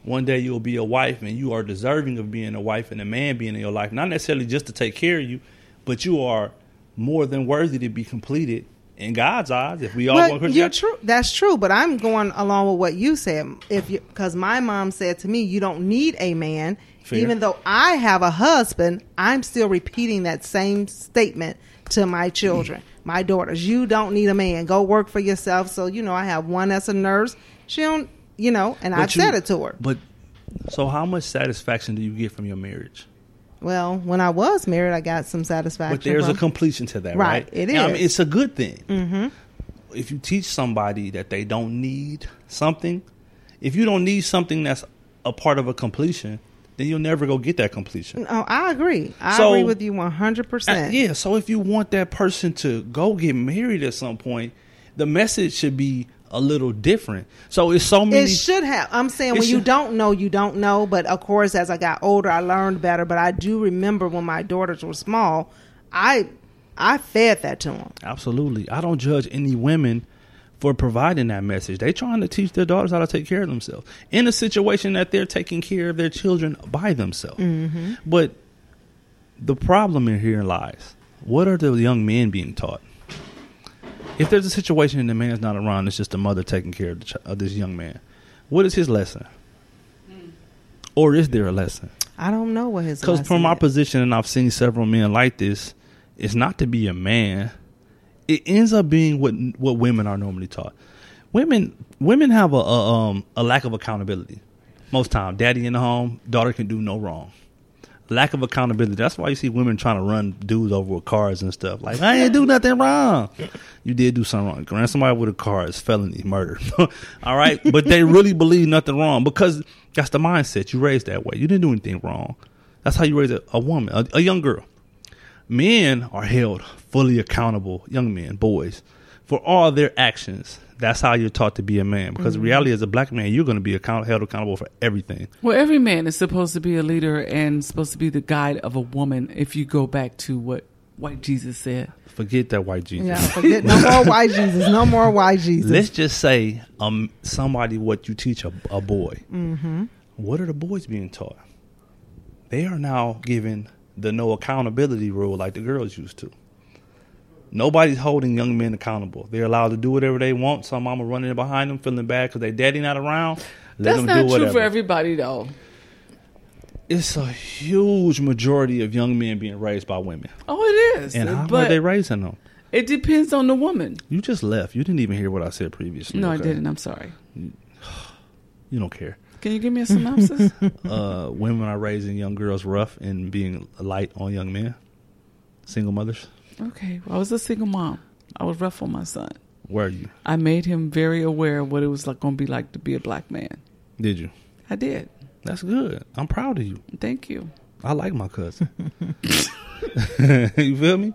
one day you'll be a wife and you are deserving of being a wife and a man being in your life, not necessarily just to take care of you, but you are more than worthy to be completed in God's eyes. If we all
Well,
want
you're true. That's true. But I'm going along with what you said. If you because my mom said to me, you don't need a man.
Fair.
Even though I have a husband, I'm still repeating that same statement to my children, my daughters. You don't need a man. Go work for yourself. So you know, I have one as a nurse. She don't, you know, and I've
But you-
said it to her.
But so, how much satisfaction do you get from your marriage?
Well, when I was married, I got some satisfaction.
But there's a
from-
completion to that,
Right,
right?
it
And I mean,
is. Mm-hmm.
it's a good thing. If you teach somebody that they don't need something, if you don't need something that's a part of a completion, then you'll never go get that completion.
oh, I agree. I
So-
agree with you 100.
Uh,
percent
yeah. So if you want that person to go get married at some point, the message should be a little different. So it's so many.
It should have. I'm saying
It
when you
should-
don't know, you don't know. But of course, as I got older, I learned better. But I do remember when my daughters were small, I I fed that to them.
Absolutely. I don't judge any women for providing that message. They trying to teach their daughters how to take care of themselves in a situation that they're taking care of their children by themselves. But the problem in here lies. What are the young men being taught? If there's a situation and the man's not around, it's just the mother taking care of, the ch- of this young man. What is his lesson? Or is there a lesson?
I don't know what his
Because
lesson
from my
is.
position, and I've seen several men like this, it's not to be a man. It ends up being what what women are normally taught. Women women have a, a um a lack of accountability. Most time, daddy in the home, daughter can do no wrong. Lack of accountability. That's why you see women trying to run dudes over with cars and stuff. Like I ain't do nothing wrong. You did do something wrong. Grant somebody with a car is felony murder. All right, but they really believe nothing wrong because that's the mindset you raised that way. You didn't do anything wrong. That's how you raise a, a woman, a, a young girl. Men are held fully accountable, young men, boys, for all their actions. That's how you're taught to be a man. Because the reality is, a black man, you're going to be account- held accountable for everything.
Well, every man is supposed to be a leader and supposed to be the guide of a woman. If you go back to what white Jesus said,
Forget that white Jesus.
Yeah, forget no more white Jesus, no more white Jesus.
Let's just say um, somebody what you teach a, a boy. Mm-hmm. What are the boys being taught? They are now given the no accountability rule like the girls used to. Nobody's holding young men accountable. They're allowed to do whatever they want. Some mama running behind them, feeling bad because they daddy not around.
That's
Let them
not
do
true
whatever.
for everybody, though.
it's a huge majority of young men being raised by women.
Oh, it is.
And how are
but
they raising them?
it depends on the woman.
You just left. You didn't even hear what I said previously.
No, I
okay?
didn't. I'm sorry.
You don't care.
Can you give me a synopsis?
uh, women are raising young girls rough and being light on young men, single mothers.
okay. Well, I was a single mom. I was rough on my son.
Where are you?
I made him very aware of what it was like going to be like to be a black man.
Did you?
I did.
That's good. I'm proud of you.
Thank you.
I like my cousin. you feel me?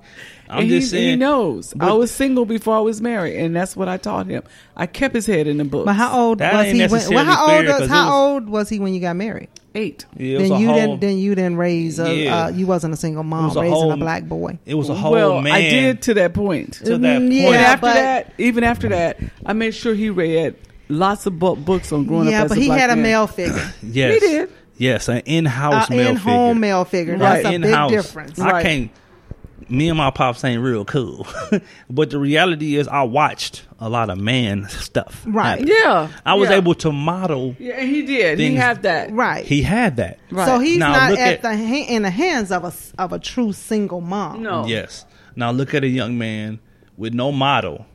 I'm
and
just
he, he
saying.
knows. I was single before I was married, and that's what I taught him. I kept his head in the book.
But how old
That
was
ain't
he? When, well,
necessarily
how
fair
old was
'cause
how
it was-
old was he when you got married?
Eight.
Yeah, it was
Then
a
you
whole,
didn't. Then you didn't raise. A,
Yeah.
uh, you wasn't a single
it
mom
was a
raising
whole-
a black boy.
It was a whole
well,
man.
I did to that point.
To that
Mm,
point.
yeah,
But
But after
but-
that, even after that, I made sure he read lots of bu- books on growing
yeah,
up. as
but
a
he
black
had a
man.
male figure,
Yes,
He did.
Yes, an in-house
an
male
in-home
figure.
male figure.
Right,
That's a big
in-house.
difference.
I
Right.
can't. Me and my pops ain't real cool, but the reality is, I watched a lot of man stuff.
Right.
happen.
Yeah,
I was
yeah.
able to model.
Yeah, and he did. he
Things-
had that.
Right.
He had that.
Right.
So he's
Now,
not
look
at,
at-
the ha- in the hands of a s- of a true single mom.
No.
Yes. Now look at a young man with no model.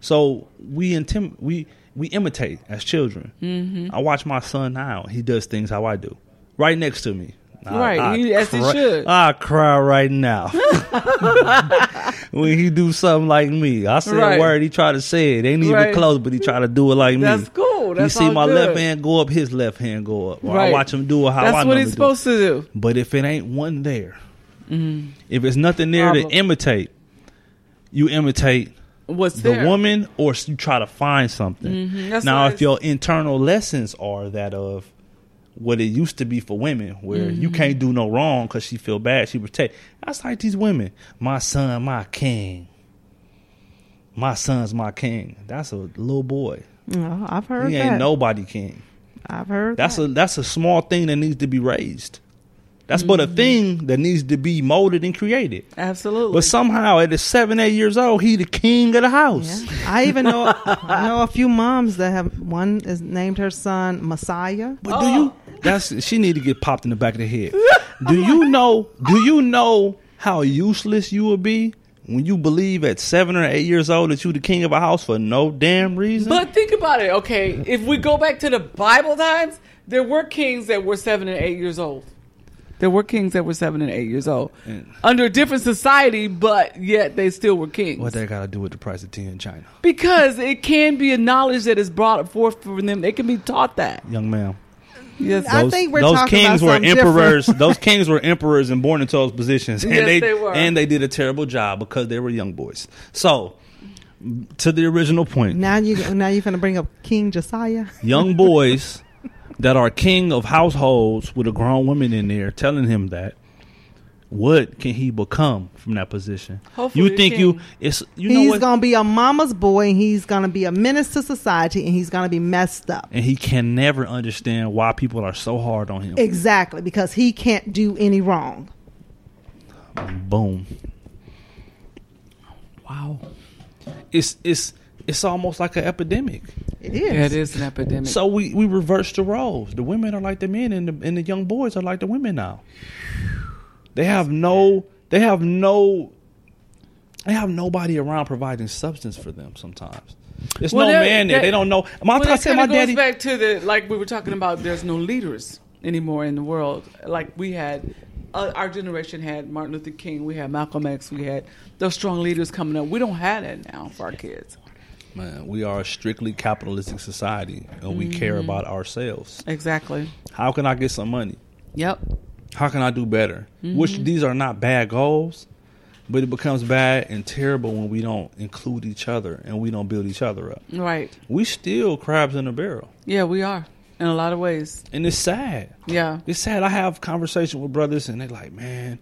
So we intim- we we imitate as children.
Mm-hmm.
I watch my son now. He does things how I do. Right next to me. I-
Right.
I
He- as he
cry-
should.
I cry right now when he do something like me. I say
Right.
a word. He try to say it. Ain't even
Right.
close, but he try to do it like me.
That's cool. That's
you see
all
my
good.
left hand go up, his left hand go up. Or I
Right.
watch him do it how I
That's what
normally
he's supposed
do.
to do.
But if it ain't one there, if it's nothing there
Mm-hmm. Problem.
to imitate, you imitate
What's
the
there. Mm-hmm.
woman or s- you try to find something.
that's
Now,
what
if
it's-
your internal lessons are that of what it used to be for women, where you
Mm-hmm.
can't do no wrong because she feel bad, she protect. That's like these women. My son, my king. My son's my king. That's a little boy.
No, Oh, I've heard
He
that.
ain't nobody king.
I've heard
That's
that.
a that's a small thing that needs to be raised. That's but
Mm-hmm.
a thing that needs to be molded and created.
Absolutely.
But somehow at the seven, eight years old, he the king of the house.
Yeah. I even know I know a few moms that have one is named her son Messiah.
But do you?
Oh.
That's she need to get popped in the back of the head. Do you know? Do you know how useless you will be when you believe at seven or eight years old that you the king of a house for no damn reason?
But think about it, okay? If we go back to the Bible times, there were kings that were seven and eight years old. There were kings that were seven and eight years old.
Mm.
Under a different society, but yet they still were kings.
what that got to do with the price of tea in China,
because it can be a knowledge that is brought forth from them. They can be taught that.
young man?
Yes.
I think we're
those
talking
kings
about
were
something
emperors. those kings were emperors and born into those positions, and
Yes,
they,
they were.
and they did a terrible job because they were young boys. So, to the original point,
Now you now you're gonna bring up King Josiah.
young boys that are king of households with a grown woman in there telling him that. What can he become from that position?
Hopefully
you think
king.
you it's you know
he's
what,
gonna be a mama's boy. And he's gonna be a menace to society, and he's gonna be messed up.
and he can never understand why people are so hard on him.
Exactly because he can't do any wrong.
Boom.
Wow.
It's it's it's almost like an epidemic.
It is.
Yeah, it is an epidemic.
So we we reverse the roles. The women are like the men, and the and the young boys are like the women now. They have no. They have no. They have nobody around providing substance for them. Sometimes there's
Well,
no
that-
man there.
that-
they don't know. My
Well,
I
that
said my
kinda
daddy.
goes back to the like we were talking about. There's no leaders anymore in the world. Like we had, uh, our generation had Martin Luther King. We had Malcolm X. We had those strong leaders coming up. We don't have that now for our kids.
Man, we are a strictly capitalistic society, and we care about ourselves.
Exactly.
How can I get some money?
Yep.
How can I do better? Which these are not bad goals, but it becomes bad and terrible when we don't include each other and we don't build each other up.
Right.
we still crabs in a barrel,
Yeah, we are in a lot of ways.
and it's sad.
Yeah.
It's sad. I have conversation with brothers, and they're like, "Man,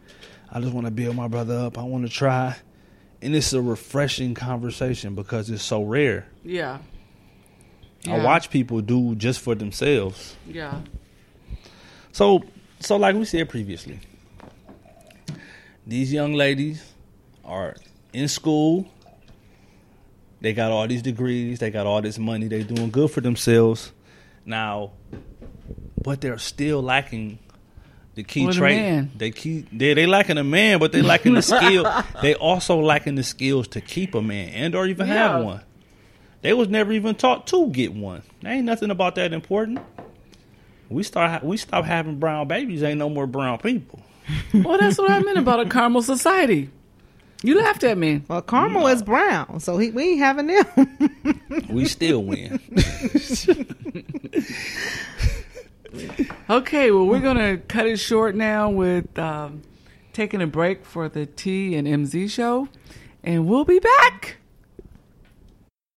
I just want to build my brother up. I want to try," and it's a refreshing conversation because it's so rare.
Yeah.
I
Yeah.
watch people do just for themselves.
Yeah.
So So, like we said previously, these young ladies are in school. They got all these degrees. They got all this money. They doing good for themselves. Now, but they're still lacking the key
Well, the
trait.
man.
They keep they they lacking a man, but they lacking the skill. They also lacking the skills to keep a man and or even
Yeah.
have one. They was never even taught to get one. There ain't nothing about that important. We start we stop having brown babies. Ain't no more brown people.
Well, that's what I meant about a caramel society. You laughed at me.
Well, Carmel is brown, so he, we ain't having them.
We still win.
Okay, well, we're going to cut it short now with um, taking a break for the T and MZ show, and we'll be back.